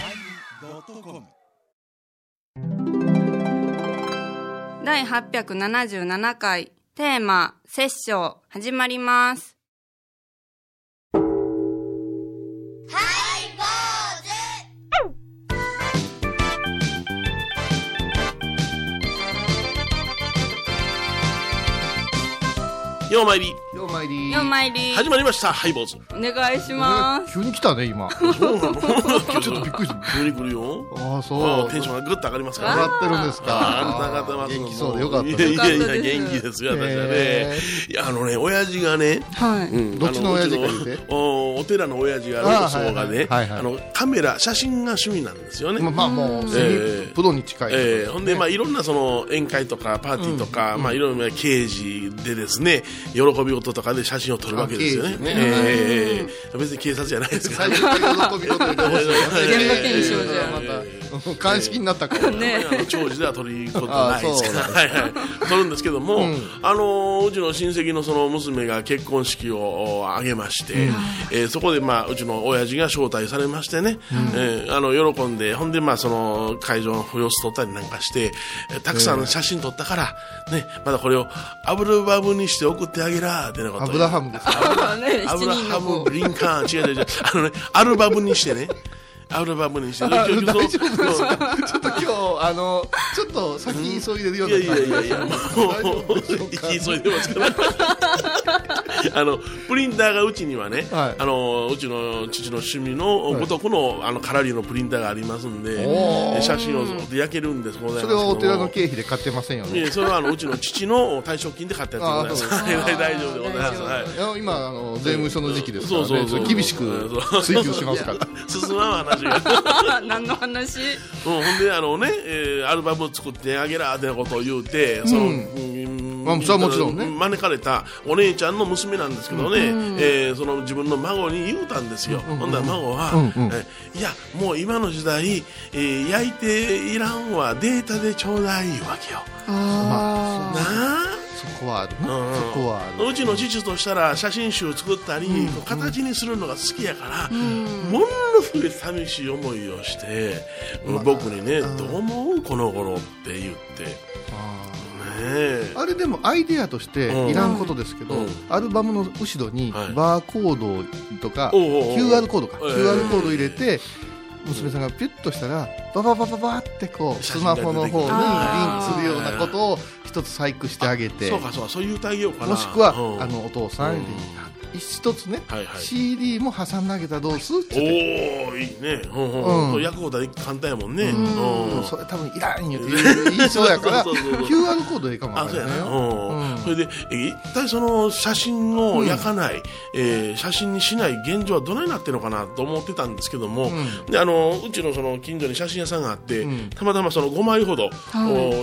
YONNIRI.com 第877回テーマ「殺生」始まりますようまいりようまいり4枚入り始まりましたハイ ボーズお願いします急に来たね今ちそうなのょっとびっくりした急に来るよああそうああテンションがぐっと上がりますからね上がってるんですかああなた方は元気そうでよかったいねやいやいよかっやたです元気ですよ私はねへいやあのね親父がねはういんどっちのあ親父か言うてうちのおお寺の親父があねあそうがねはいはいはいはいあのカメラ写真が趣味なんですよねまあまあもうセええミプロに近い、えーほんで、まあ、いろんなその宴会とかパーティーとか、まあ、いろんな刑事でですね喜び事とかで写真を撮るわけですよねあ刑事ねえーえー別に警察じゃないですから最初から喜び事言ってほしい現場検証じゃんまた鑑識になったから、ねあの長寿では取りことないですから、あはいはい、取るんですけども、あのうちの親戚のその娘が結婚式を挙げまして、えーそこで、まあ、うちの親父が招待されましてね、えーあの喜んでほんで、まあ、その会場の様子撮ったりなんかしてえーたくさん写真撮ったから、ね、まだこれをアブルバブにして送ってあげらーってなことをアブラハムです かねア7ブラ人ハのム方・リンカーン、違う違う違う、あのね、アルバムにしてね、アルバムにして、あ結局大丈そ夫のですかちょっと今日あのちょっと先急いでるよういなやい感じやいやいや、もう、大丈夫行できしょうか急いでます から。あのプリンターがうちにはね、はいあのうちの父の趣味のごとくの,、あのカラリーのプリンターがありますんでおえ写真を焼けるんですございますけそれどはもお寺の経費で買ってませんよいねやそれはあのうちの父の退職金で買ったやつでございますあそうはいはい 大丈夫でございます、はい、いや今あの税務署の時期ですからねそうそうそうれ厳しく追求しますから進まん話が 何の話うん、ほんであのね、えーアルバムを作ってあげらーってなことを言うてその、うんまあそれはもちろんね招かれたお姉ちゃんの娘なんですけどね、えーその自分の孫に言うたんですよ、ほんだら孫は、うんうんえーいやもう今の時代、えー焼いていらんわデータでちょうだいいうわけよあなあそこはあるなうんそこはあるうちの父としたら写真集を作ったり、こう形にするのが好きやから、ものすごい寂しい思いをして、僕にね、どう思うこの頃って言ってねえあれでもアイデアとしていらんことですけど、うんアルバムの後ろにはいバーコードとか、おうおうおう QR コードか、ええ QR コード入れて娘さんがピュッとしたらバババババってこう写ス真マがホの方にリンあクーするようなことを一つ細工してあげてそうかそうかそういう対応かなもしくうは、んあのお父さんに、一つね、はいはい CD も挟んであげたらどうすってお言っておいいねうんうんううんん役を大簡単やもんねでうもんそれ多分いらんよって言い言いそうやか らそうそうそうそう QR コードでいいかもわあかそうらやないな、ようんうんそれでえ一体その写真を焼かない、えー写真にしない現状はどないなってるのかなと思ってたんですけども、うであのうちのその近所に写真屋さんがあって、たまたまその5枚ほど、い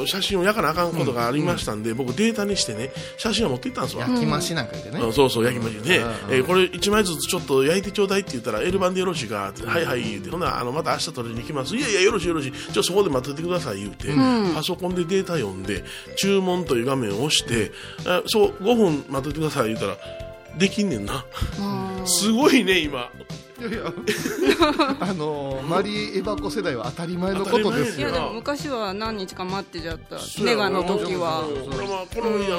お写真を焼かなあかんことがありましたんで、僕データにしてね写真を持って行ったんですわ。焼き増しなんか言ってね、うんそうそう焼きましね、えーこれ1枚ずつちょっと焼いてちょうだいって言ったら L 版でよろしいかって、はいはい言うてほなあのまた明日取りに来ますいやいやよろしいよろしいじゃあそこで待っててください言うて、パソコンでデータ読んで注文という画面を押して、あそう5分待っててください言うたらできんねんなすごいね今 いやいやあのマリーエバコ世代は当たり前のことですいやよでも昔は何日か待ってちゃったそうネやガの時は俺も俺もこの、いや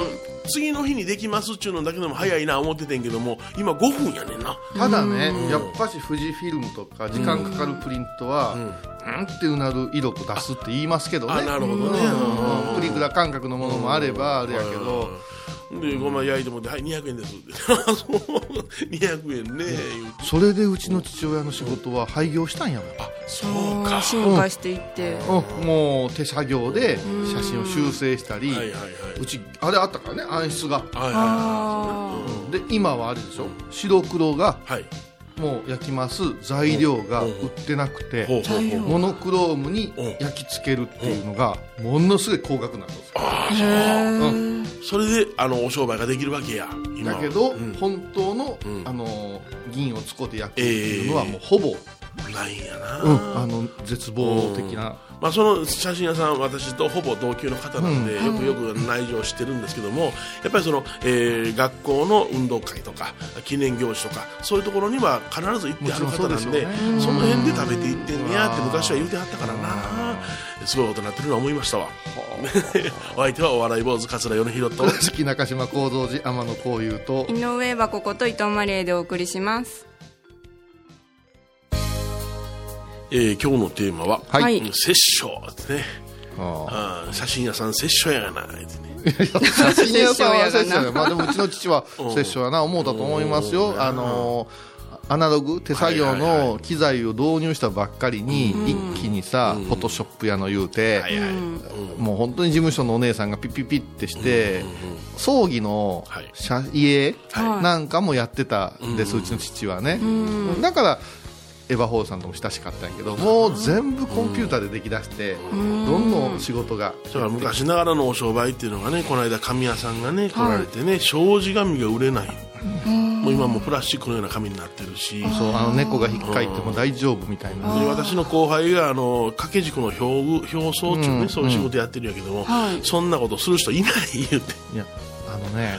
次の日にできますっちゅうのだけでも早いな思っててんけども今5分やねんなただねやっぱし富士フィルムとか時間かかるプリントはうんってうなる色を出すって言いますけどあねなるほどねうんプリクラ感覚のものもあればあれやけどで5枚焼いてもらって「はい200円です」って 「あそう200円ね」言うてそれでうちの父親の仕事は廃業したんやもんあそうか進化していってうんもう手作業で写真を修正したりはいはいはいうちあれあったからね暗室がはいはいあで今はあれでしょ白黒がはいはいもう焼きます材料が売ってなくてほうほうほうモノクロームに焼き付けるっていうのがものすごい高額なんですよそれであのお商売ができるわけや今はだけど、うん本当の、んあのー銀を使って焼くっていうのはもうほぼないんやな、うん、あの絶望的な、まあ、その写真屋さん私とほぼ同級の方なんで、よくよく内情を知ってるんですけどもやっぱりその、えー学校の運動会とか記念行事とかそういうところには必ず行ってある方なんでそもちろんそうですよねの辺で食べていってんねやって昔は言うてはったからなすごいことになってるのは思いました わお相手はお笑い坊主桂米宏と四季中島幸三寺天野幸雄と井上はここと伊藤マリエでお送りしますえー今日のテーマは、はいはいうん殺生ですねああー写真屋さん殺生やがなですね写真屋さんは殺殺生生 やがなやまあでもうちの父は殺生やな思うたと思いますよあのアナログ手作業はいはいの機材を導入したばっかりに一気にさフォトショップやの言うてはいはい、うんもう本当に事務所のお姉さんがピッピッピッってして葬儀のはい写家はいなんかもやってたんですうちの父はねだからエヴァ・ホールさんとも親しかったんやけどもう全部コンピューターで出来だしてどんどん仕事がだから昔ながらのお商売っていうのがねこの間紙屋さんがね来られてね、障子紙が売れない、もう今もうプラスチックのような紙になってるし、そうあの猫が引っかいても大丈夫みたいなで私の後輩があの掛け軸の表具表層っていうね、そういう仕事やってるんやけども、はいそんなことする人いない言うて、いやあのね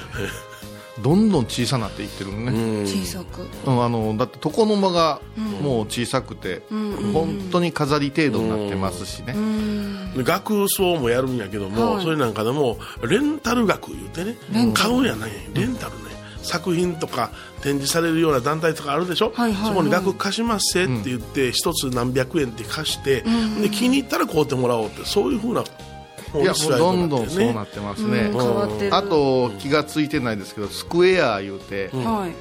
どんどん小さなっていってるのね、小さくうんあのだって床の間がもう小さくて、本当に飾り程度になってますしね、で学装もやるんやけども、はいそれなんかでもレンタル額言ってね買うんやないレンタルね作品とか展示されるような団体とかあるでしょ、はいはいそこに額貸しますせって言って一、つ何百円って貸して、で気に入ったら買うてもらおうってそういうふうないやもうどんどんこそうにななっってますね、うん変わってるあと気がついてないですけどスクエアいうて、はい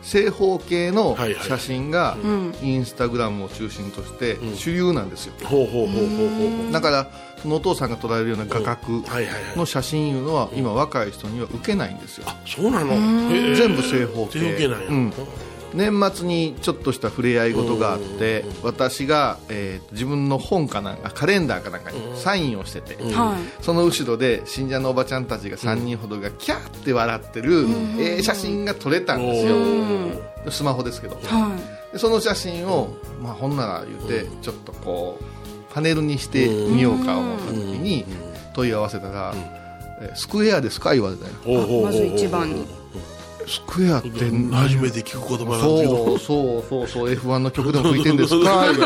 正方形のはいはい写真がんインスタグラムを中心として主流なんですよ、てねほうほうほうほうほうほうだからそのお父さんが捉えるような画角はいはいはいの写真いうのは今若い人には受けないんですよそうなのへえ全部正方形正方形なんや、うん年末にちょっとした触れ合い事があって私が、えー自分の本かなんかカレンダーかなんかにサインをしてて、はその後ろで信者のおばちゃんたちが3人ほどがキャーって笑ってる、えー写真が撮れたんですよ、スマホですけど、いはいでその写真を、まあ、ほんなら言うて、ちょっとこうパネルにしてみようか思った時に問い合わせたら「えスクエアですか?」言われたよほうほうほうほうまず一番にスクエアって初めて聞く言葉なんだけ どそうそうそうそう F1 の曲で も吹いてん ですか言われて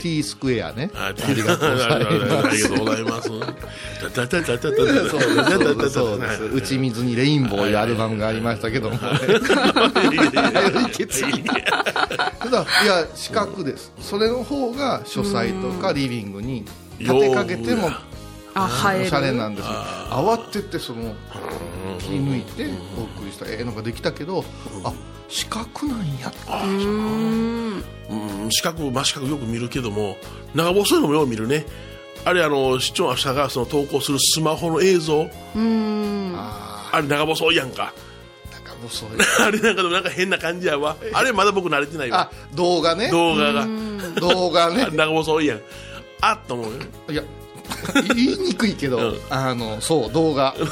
T スクエアねありがとうございます。ありがとうございます。たたたたたた そうですそうですそうです「打ち水にレインボー」いうアルバムがありましたけども、ただいや四角ですそれの方が書斎とかリビングに立てかけてもあ生おえしゃれるなんですよ慌ててその気抜いてお送りしたええのができたけどあ四角なんやうん、四角、真四角よく見るけども、長細いのもよう見るね。あれ、あの、視聴者がその投稿するスマホの映像、ああれ長細いやんか。ーなんかもうそういうあれなんかでもなんか変な感じやわ。あれまだ僕慣れてないあわ。動画ね動画が。動画ね長細いやん。あっと思うよ。いや言いにくいけど、うんあのそう動画あの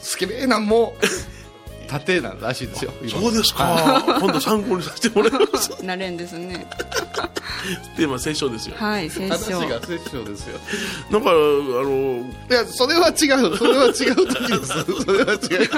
スケベーなんも縦なんらしいですよ今そうですか。今度参考にさせてもらいます。なれんですねテーマ、殺生ですよ。はい選話手が殺生ですよなんか、あの、いやそれは違うそれは違う時ですそれは違う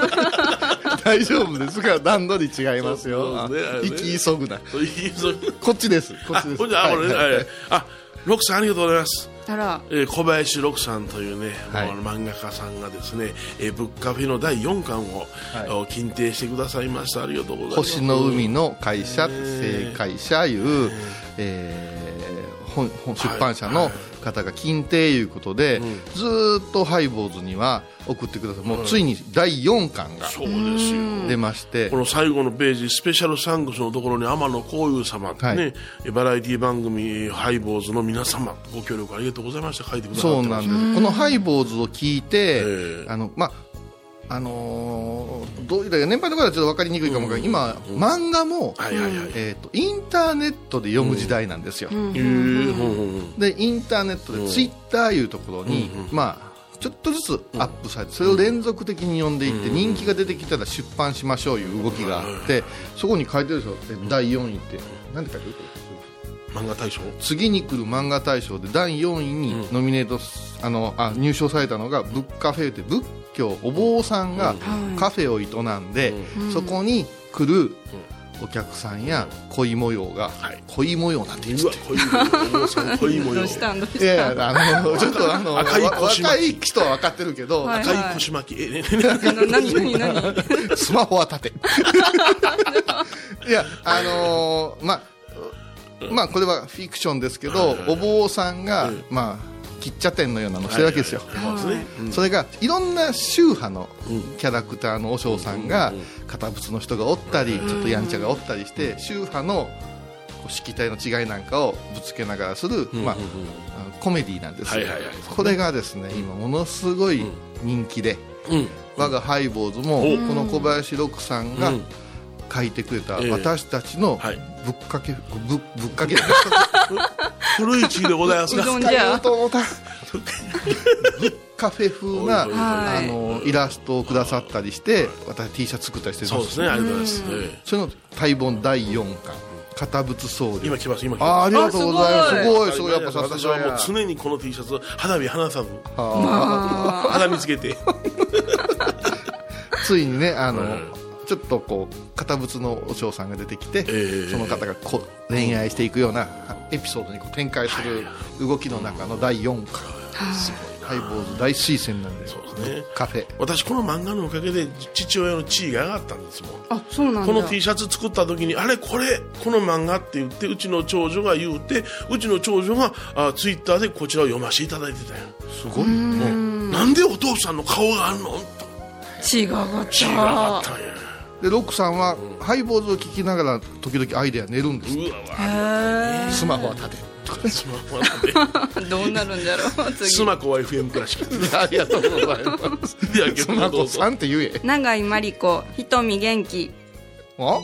大丈夫ですから段取り違いますよそうそうですね生き急ぐなそういうそういうこっちですこっあちで、すほんじゃ、あ、俺ね、はいはいはいあ、ロックさんありがとうございます。たらえー小林六さんというね、はいもうあの漫画家さんがですね、えーブッカフェの第4巻を、はいお金呈してくださいましたありがとうございます星の海の会社正会社いう、えー本本出版社の方が金定いうことで、ずーっとハイボーズには送ってくださいもうついに第4巻がそうですよ出ましてこの最後のページスペシャルサンクスのところに天野幸雄様ってね、はいえーバラエティ番組えーハイボーズの皆様ご協力ありがとうございました書いてくださそっうてなまんすですこのハイボーズを聞いて、ええあのまああのーどういうだ年配の方はちょっと分かりにくいかもわからない今漫画も、はいはいはい、えー、とインターネットで読む時代なんですよ、えーほんほんほんでインターネットでツイッターいうところに、まあちょっとずつアップされてそれを連続的に読んでいって人気が出てきたら出版しましょういう動きがあってそこに書いてるでしょえ第4位って何て書いてる漫画大賞次に来る漫画大賞で第4位にノミネートす、あのあ入賞されたのがブッカフェって仏教お坊さんがカフェを営んで、そこに来るお客さんや恋模様が、はい恋模様なんて言っうちゃわって恋模様恋模ど様うしたんどうしいたやんいやあのちょっとあの赤いわ腰巻若い人は分かってるけど、はい赤い腰巻きえねあの何何何スマホは立 ていやあのーまあまあこれはフィクションですけど、お坊さんが、まあ喫茶店のようなのしてるわけですよ、そうですねそれがいろんな宗派のキャラクターの和尚さんが堅物の人がおったりちょっとやんちゃがおったりして宗派のこう色体の違いなんかをぶつけながらする、まあ、あのコメディなんですよはいはいはいこれがですね今ものすごい人気でうん我がハイボーズもこの小林六さんが書いてくれたええ私たちのはいぶっかけぶぶっかけ 古い地でございます うどがんじゃと思ったカフェ風なはいあのイラストをくださったりして私 T シャツ作ったりしてるそうですねありがとうございますええそれの待本第4巻堅物僧侶今来ます今来あーあますりがとうございますあすすごいすごいやっぱさす私がはやもう常にこの T シャツ花火離さずあ肌見つけてーついにねあの、ちょっとこう堅物のお嬢さんが出てきて、えその方がこう恋愛していくようなエピソードにこう展開する動きの中の第4巻ハイボーズ大推薦なんうでですねカフェ私この漫画のおかげで父親の地位が上がったんですもんあそうなんだこの T シャツ作った時にあれこれこの漫画って言ってうちの長女が言うてうちの長女があツイッターでこちらを読ませていただいてたよすごいうんなんでお父さんの顔があるのと血が上がった血が上がったんやでロックさんは、ハイボーズを聞きながら時々アイデア寝るんですうわわスマホは立てとかスマホなんでどうなるんだろうス次マコは FM 倉 敷ありがとうございますいやけスどマどホうぞさんって言え永井真理子瞳元気あ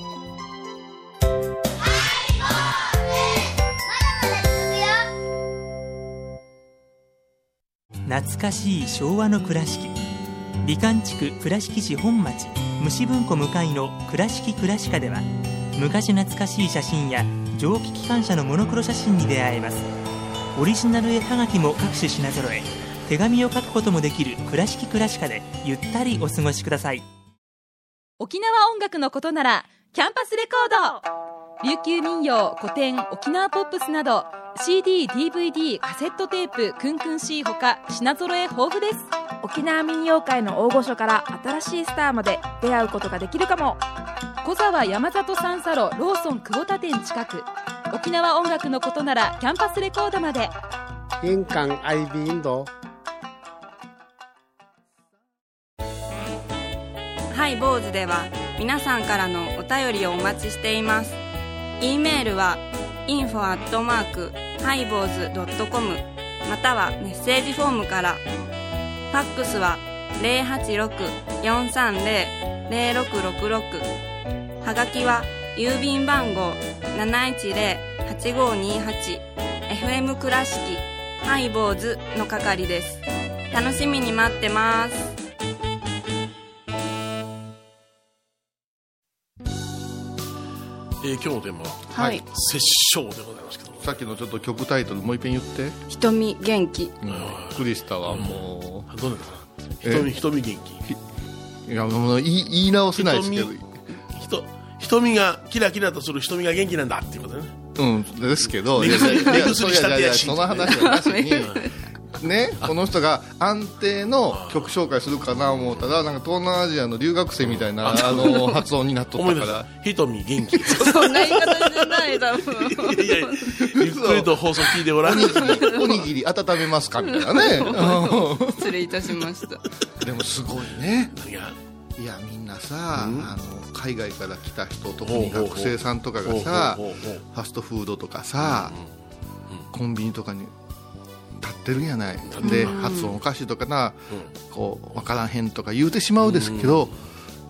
懐かしい昭和の倉敷美観地区倉敷市本町虫文庫向かいの「倉敷倉敷科」では昔懐かしい写真や蒸気機関車のモノクロ写真に出会えますオリジナル絵はがきも各種品揃え手紙を書くこともできる「倉敷倉敷科」でゆったりお過ごしください沖縄音楽のことならキャンパスレコード琉球民謡古典沖縄ポップスなど CDDVD カセットテープクンクン C ほか品揃え豊富です沖縄民謡界の大御所から新しいスターまで出会うことができるかも小沢山里三佐路ローソン久保田店近く沖縄音楽のことならキャンパスレコードまで玄関アイビーインドハイボーズでは皆さんからのお便りをお待ちしています。e メールは info アットマークハイボーズドットコムまたはメッセージフォームから。ファックスは086-430-0666はがきは郵便番号710-8528 FM 倉敷ハイボーズの係です。楽しみに待ってます。えー今日のテーマははい殺生でございますけどもさっきのちょっと曲タイトルもう一遍言って、瞳元気クリスタはもあどうなるかな瞳瞳元ういやもう言い言い直せないですけど瞳気ひと瞳がキラキラとする瞳が元気なんだっていうことねうんですけど目薬いやいや目薬したってやしいやいやその話はなしにねこの人が安定の曲紹介するかな思ったらなんか東南アジアの留学生みたいなあの発音になっと思っい出たしからた瞳元 気いそんな言い方じゃない多分。やいやゆっくりと放送聞いてごらんおにぎり温めますかみたいなね失礼いたしました。でもすごいね何がいやみんなさ、あの海外から来た人特ほうにほうほう学生さんとかがさほうほうほうほうファストフードとかさ、コンビニとかに立ってるんやない、で発音おかしいとかな、こう分からへんとか言うてしまうですけど、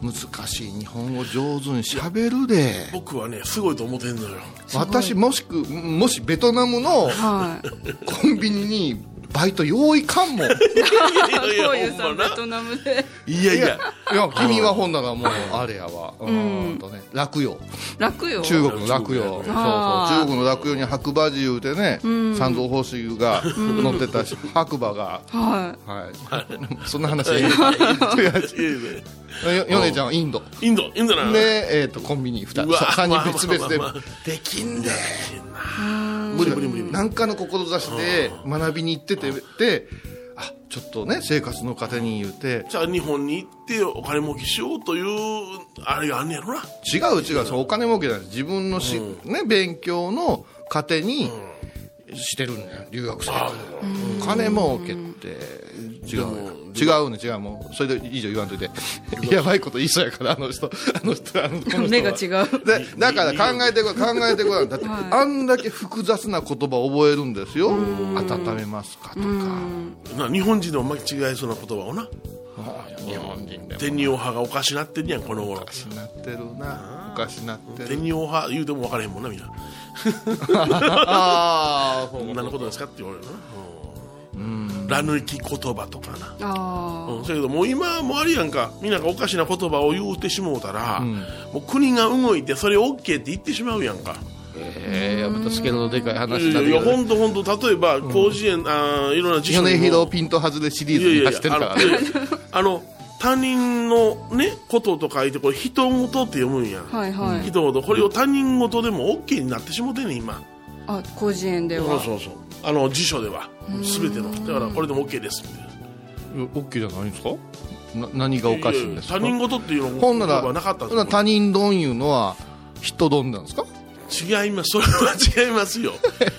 難しい日本語上手にしゃべるで僕はねすごいと思ってんのよ私もしくもしベトナムのはい。コンビニにバイト用意かんもんいやこういいやうさほんんまベなトナムでい やいやいや君は本ならもうあれやわうーんとね落葉楽よ中国の落葉そうそうあー中国の落葉に白馬自由でね三蔵法師が乗ってたし白馬がははい そんな話はいいいやいよやいやいや ヨネちゃんはインドインドインドなのでえっとコンビニ2う人わ3まあまあ人別々でまあまあできんで無理無理無理無理何かの志で学びに行っててであちょっとね生活の糧に言うてじゃあ日本に行ってお金儲けしようというあれがあんねやろな違う違うそうお金儲けじゃない自分のし、ね、勉強の糧にしてるんだよ留学生は金儲けって違うよ違うね違うもうそれで以上言わんといてやばいこと言いそうやからあの人あの人あのこの人はい目が違うでだから考えてごらん考えてごらんだって、あんだけ複雑な言葉を覚えるんですよ温めますかとかな日本人でも間違えそうな言葉をなあ日本人でも天皇派がおかしなってんやんこの頃おかしなってるなおかしなって天る皇派言うても分からへんもんなみんなああそう何のことですかって言われるな、うん、ラ抜き言葉とかなあうん、そやけどもう今もあれやんかみんながおかしな言葉を言うてしもうたら、もう国が動いてそれ OK って言ってしまうやんかええまたスケールのでかいいや話になるいけやど本当本当例えば甲子園、あーいろんな辞書に米も広ピント外れシリーズに走ってるからいやいねやいやあのあの他人のねことと書いてこれ人事って読むんやん、あはい はい人事これを他人事でも OK になってしもてんねん今あ甲子園でそうはそうそうあの辞書では全てのだからこれでも OK ですみたいなオッケーじゃないんですかな何がおかしいんですかやや他人事っていうのほんなら言葉なかったんほんなら他人丼いうのは人丼なんですか違いますそれは違いますよ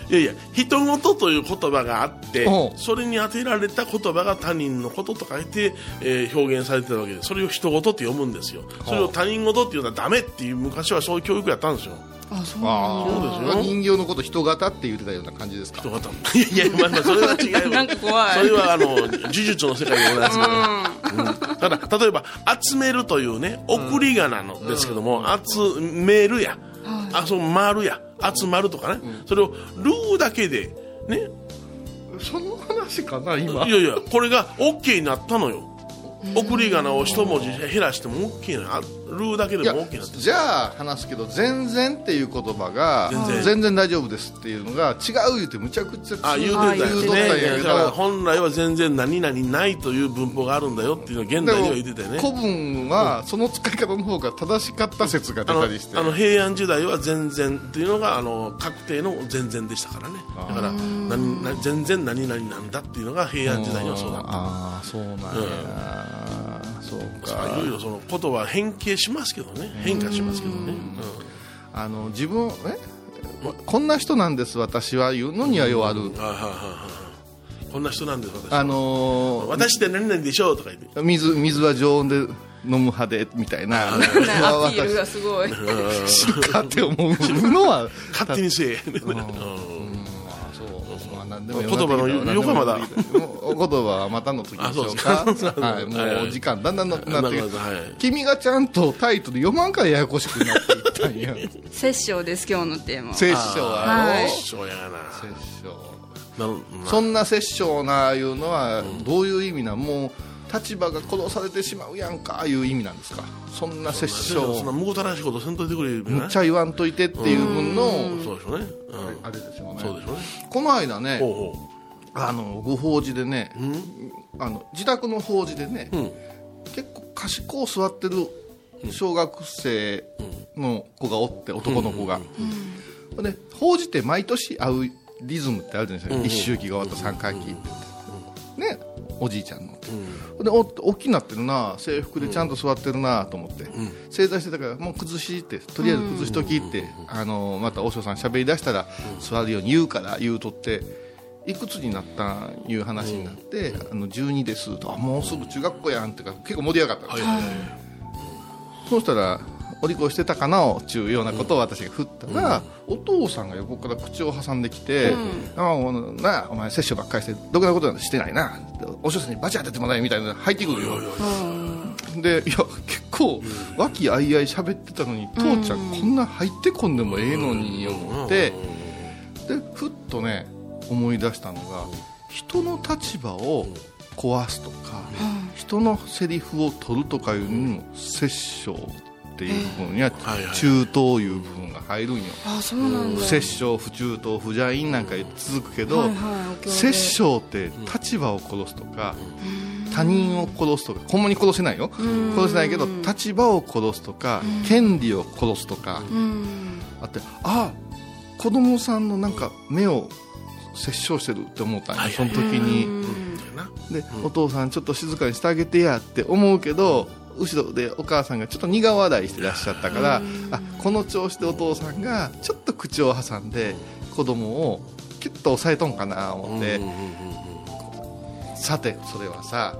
いやいや人事という言葉があっておうそれに当てられた言葉が他人のことと書いて、えー表現されてたわけでそれを人事って読むんですよそれを他人事っていうのはダメっていう昔はそういう教育やったんですよあそうあなんだそうですよ人形のこと人型って言ってたような感じですか人事 いやいやまあまあそれは違いますなんか怖いそれはあの呪術の世界でございますけど、うんただ例えば集めるというね送り仮名のですけども、集めるや、あそう丸や集まるとかね、それをルーだけでねその話かな今いやいやこれが OK になったのよ送り仮名を一文字減らしても OK なのあルーだけいでやも OK になってるじゃあ話すけど「全然」っていう言葉が全然「全然大丈夫です」っていうのが違う言うてむちゃくちゃあ言うてたよ言うねとったんいややけだからど本来は全然何々ないという文法があるんだよっていうのを現代では言ってたよねでも古文はその使い方の方が正しかった説が出あのたりしてあの平安時代は全然っていうのがあの確定の全然でしたからねだから何何全然何々なんだっていうのが平安時代にはそうだったああそうなんや、そうさあいかろいろそのことは変形しますけどね変化しますけどねあの自分えこんな人なんです私は言うのには弱る、うんはいはいはいはいこんな人なんです私あのー私って何々でしょうとか言って水水は常温で飲む派でみたいなアピール私がすごい 知るかって思うのは勝手にせえあそうまあ何でも言葉の何でもよくはまだもうお言葉はまたの時でしょうかあそうですかはいもうお時間だんだんなくなってなるほどはい君がちゃんとタイトル読まんからややこしくなっていった んや殺生です今日のテーマは殺生ははいよ一緒やがな殺生なるそんな殺生ないうのはどういう意味なんもう立場が殺されてしまうやんかいう意味なんですかそんな殺生そんなむごたらしいことせんといてくれるむっちゃ言わんといてっていう分のそうでしょうねうんあれですよそうでねしょうねこの間ねほうほうあのご法事でね、あの自宅の法事でね、ん結構賢う座ってる小学生の子がおって男の子が、で法事って毎年合うリズムってあるじゃないですか、一周期が終わった3回期って、ねおじいちゃんの、でおおっきなってるな制服でちゃんと座ってるなと思って、正座してたからもう崩しってとりあえず崩しときって、あのまた和尚さん喋りだしたら座るように言うから言うとっていくつになったんいう話になって、あの12ですとあもうすぐ中学校やんってか結構盛り上がったんですよ、そうしたらお利口してたかなをちゅうようなことを私が振ったら、お父さんが横から口を挟んできて「あおなあお前摂取ばっかりしてどくなことなんてしてないな」お師匠さんにバチ当ててもらえみたいなの入ってくるよでいや結構和気あいあい喋ってたのに父ちゃんこんな入ってこんでもええのに思ってでふっとね思い出したのが人の立場を壊すとか、人のセリフを取るとかいうのにも殺生っていう部分にははいはい中東いう部分が入るんよあそうなんだ不殺生不中東不邪院なんか続くけど、はいはいお経で殺生って立場を殺すとか、他人を殺すとかほんまに殺せないよ、うん殺せないけど立場を殺すとか、権利を殺すとか、うんあってあ子供さんのなんか目を殺傷してるって思ったんよ、はいはいその時に。うんで、お父さんちょっと静かにしてあげてやって思うけど後ろでお母さんがちょっと苦笑いしてらっしゃったからあこの調子でお父さんがちょっと口を挟んで子供をキュッと押さえとんかな思ってさてそれはさ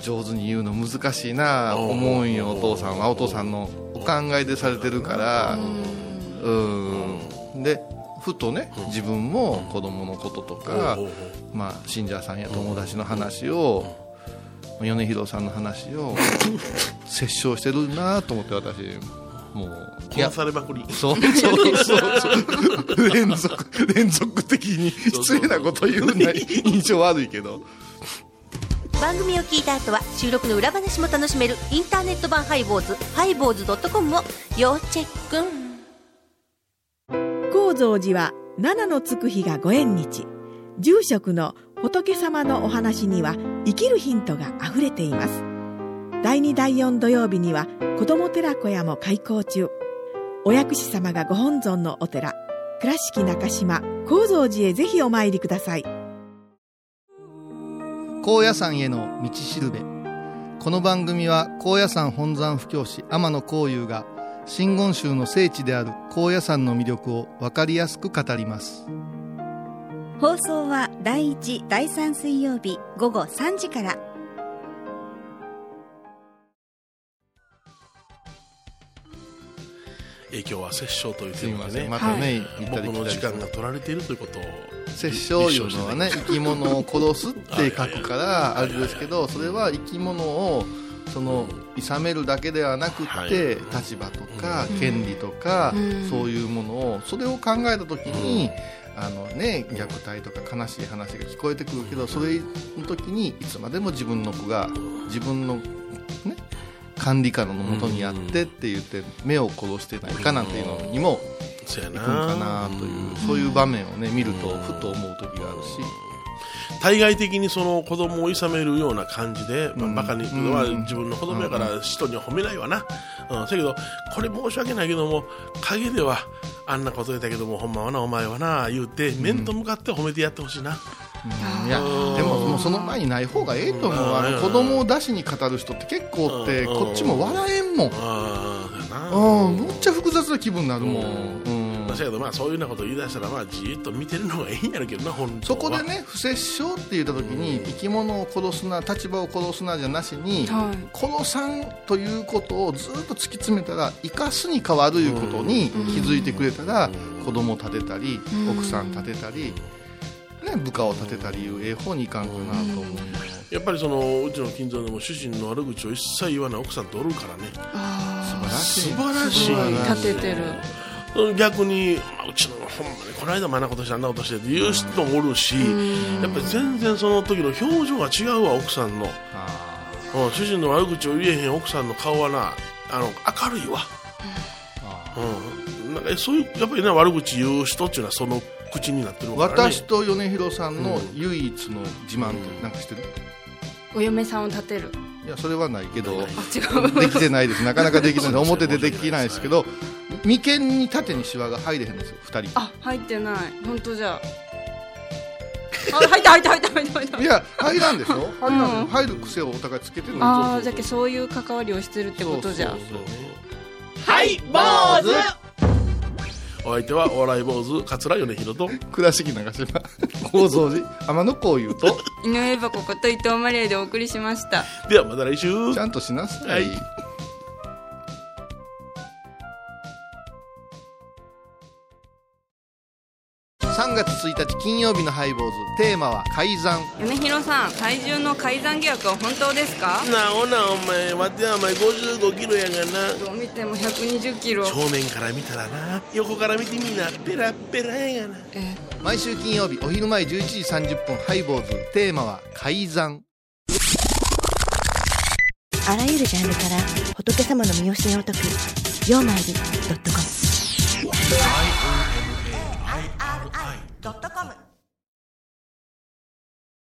上手に言うの難しいな思うんよお父さんはお父さんのお考えでされてるからうんでふとね自分も子供のこととかまあ、信者さんや友達の話を、米広さんの話を折衝してるなと思って私もういや殺されまくりそうそうそうそう連続連続的にそう失礼なこと言うな印象悪いけど番組を聞いた後は収録の裏話も楽しめるインターネット版ハイボーズハイボーズドットコムを要チェック高蔵寺は七のつく日がご縁日住職の仏様のお話には生きるヒントがあふれています第2第4土曜日には子ども寺小屋も開校中お薬師様がご本尊のお寺倉敷中島・高蔵寺へぜひお参りください高野山への道しるべこの番組は高野山本山布教師天野幸雄が真言宗の聖地である高野山の魅力を分かりやすく語ります放送は第1第3水曜日午後3時からえー今日は殺生というテーマすでいねませんまたはね行ったり来たり僕の時間が取られているということを殺生いうのはね生き物を殺すって書くからあれですけどそれは生き物をその諌めるだけではなくって立場とか権利とかうんそういうものをそれを考えた時にあのね虐待とか悲しい話が聞こえてくるけどそれの時にいつまでも自分の子が自分のね管理下のもとにやってって言って目を殺してないかなんていうのにもそうやいくんかななというそういう場面をね見るとふと思う時があるし対外的にその子供をいさめるような感じで、まあ、バカに、うんは自分の子供やから人には褒めないわな、うんせやけどこれ申し訳ないけども陰ではあんなこと言ったけどもほんまはなお前はな言うて面と向かって褒めてやってほしいな、いやでももうその前にない方がええと思うあの子供を出しに語る人って結構ってこっちも笑えんもんああだなうんむっちゃ複雑な気分になるもんうんだけどまあそういうようなこと言い出したらまあじーっと見てるのがいいんやろうけどな本当そはこでね不殺生って言った時に生き物を殺すな立場を殺すなじゃなしにはい殺さんということをずっと突き詰めたら生かすに変わるいうことに気づいてくれたら子供を立てたり奥さん立てたりね部下を立てたりいうええ方にいかんかなと思うやっぱりそのうちの近所でも主人の悪口を一切言わない奥さんとおるからね素晴らしい素晴らしいすごい立ててる逆にあうちのほんまにこの間もあんなことしてあんなことしてって言う人もおるしやっぱり全然その時の表情が違うわ奥さんのうん主人の悪口を言えへん奥さんの顔はなあの明るいわ、うん、なんかそういうやっぱりね悪口言う人っていうのはその口になってるわからね私と米広さんの唯一の自慢ってなんかしてるお嫁さんを立てるいやそれはないけどあ違うできてないですなかなかでき ない表でできないですけど眉間に縦にシワが入れへんですよ2人あ入ってない本当じゃああ入った入った入った入った入ったいや入らんでしょ入らんでしょ入る癖をお互いつけてるのああじゃけそういう関わりをしてるってことじゃはい坊主お相手はお笑い坊主桂米宏と倉敷長島高蔵寺天野幸雄と井上箱こと伊藤マリアでお送りしましたではまた来週 ちゃんとしなさはい3 3月1日金曜日のハイボーズテーマは改ざん米広さん体重の改ざん疑惑は本当ですかなおなお前わてはお前55キロやがなどう見ても120キロ正面から見たらな横から見てみんなペラッペラやがな毎週金曜日お昼前11時30分ハイボーズテーマは改ざんあらゆるジャンルから仏様の身教えを解く「曜マイルドットコム」ドットコム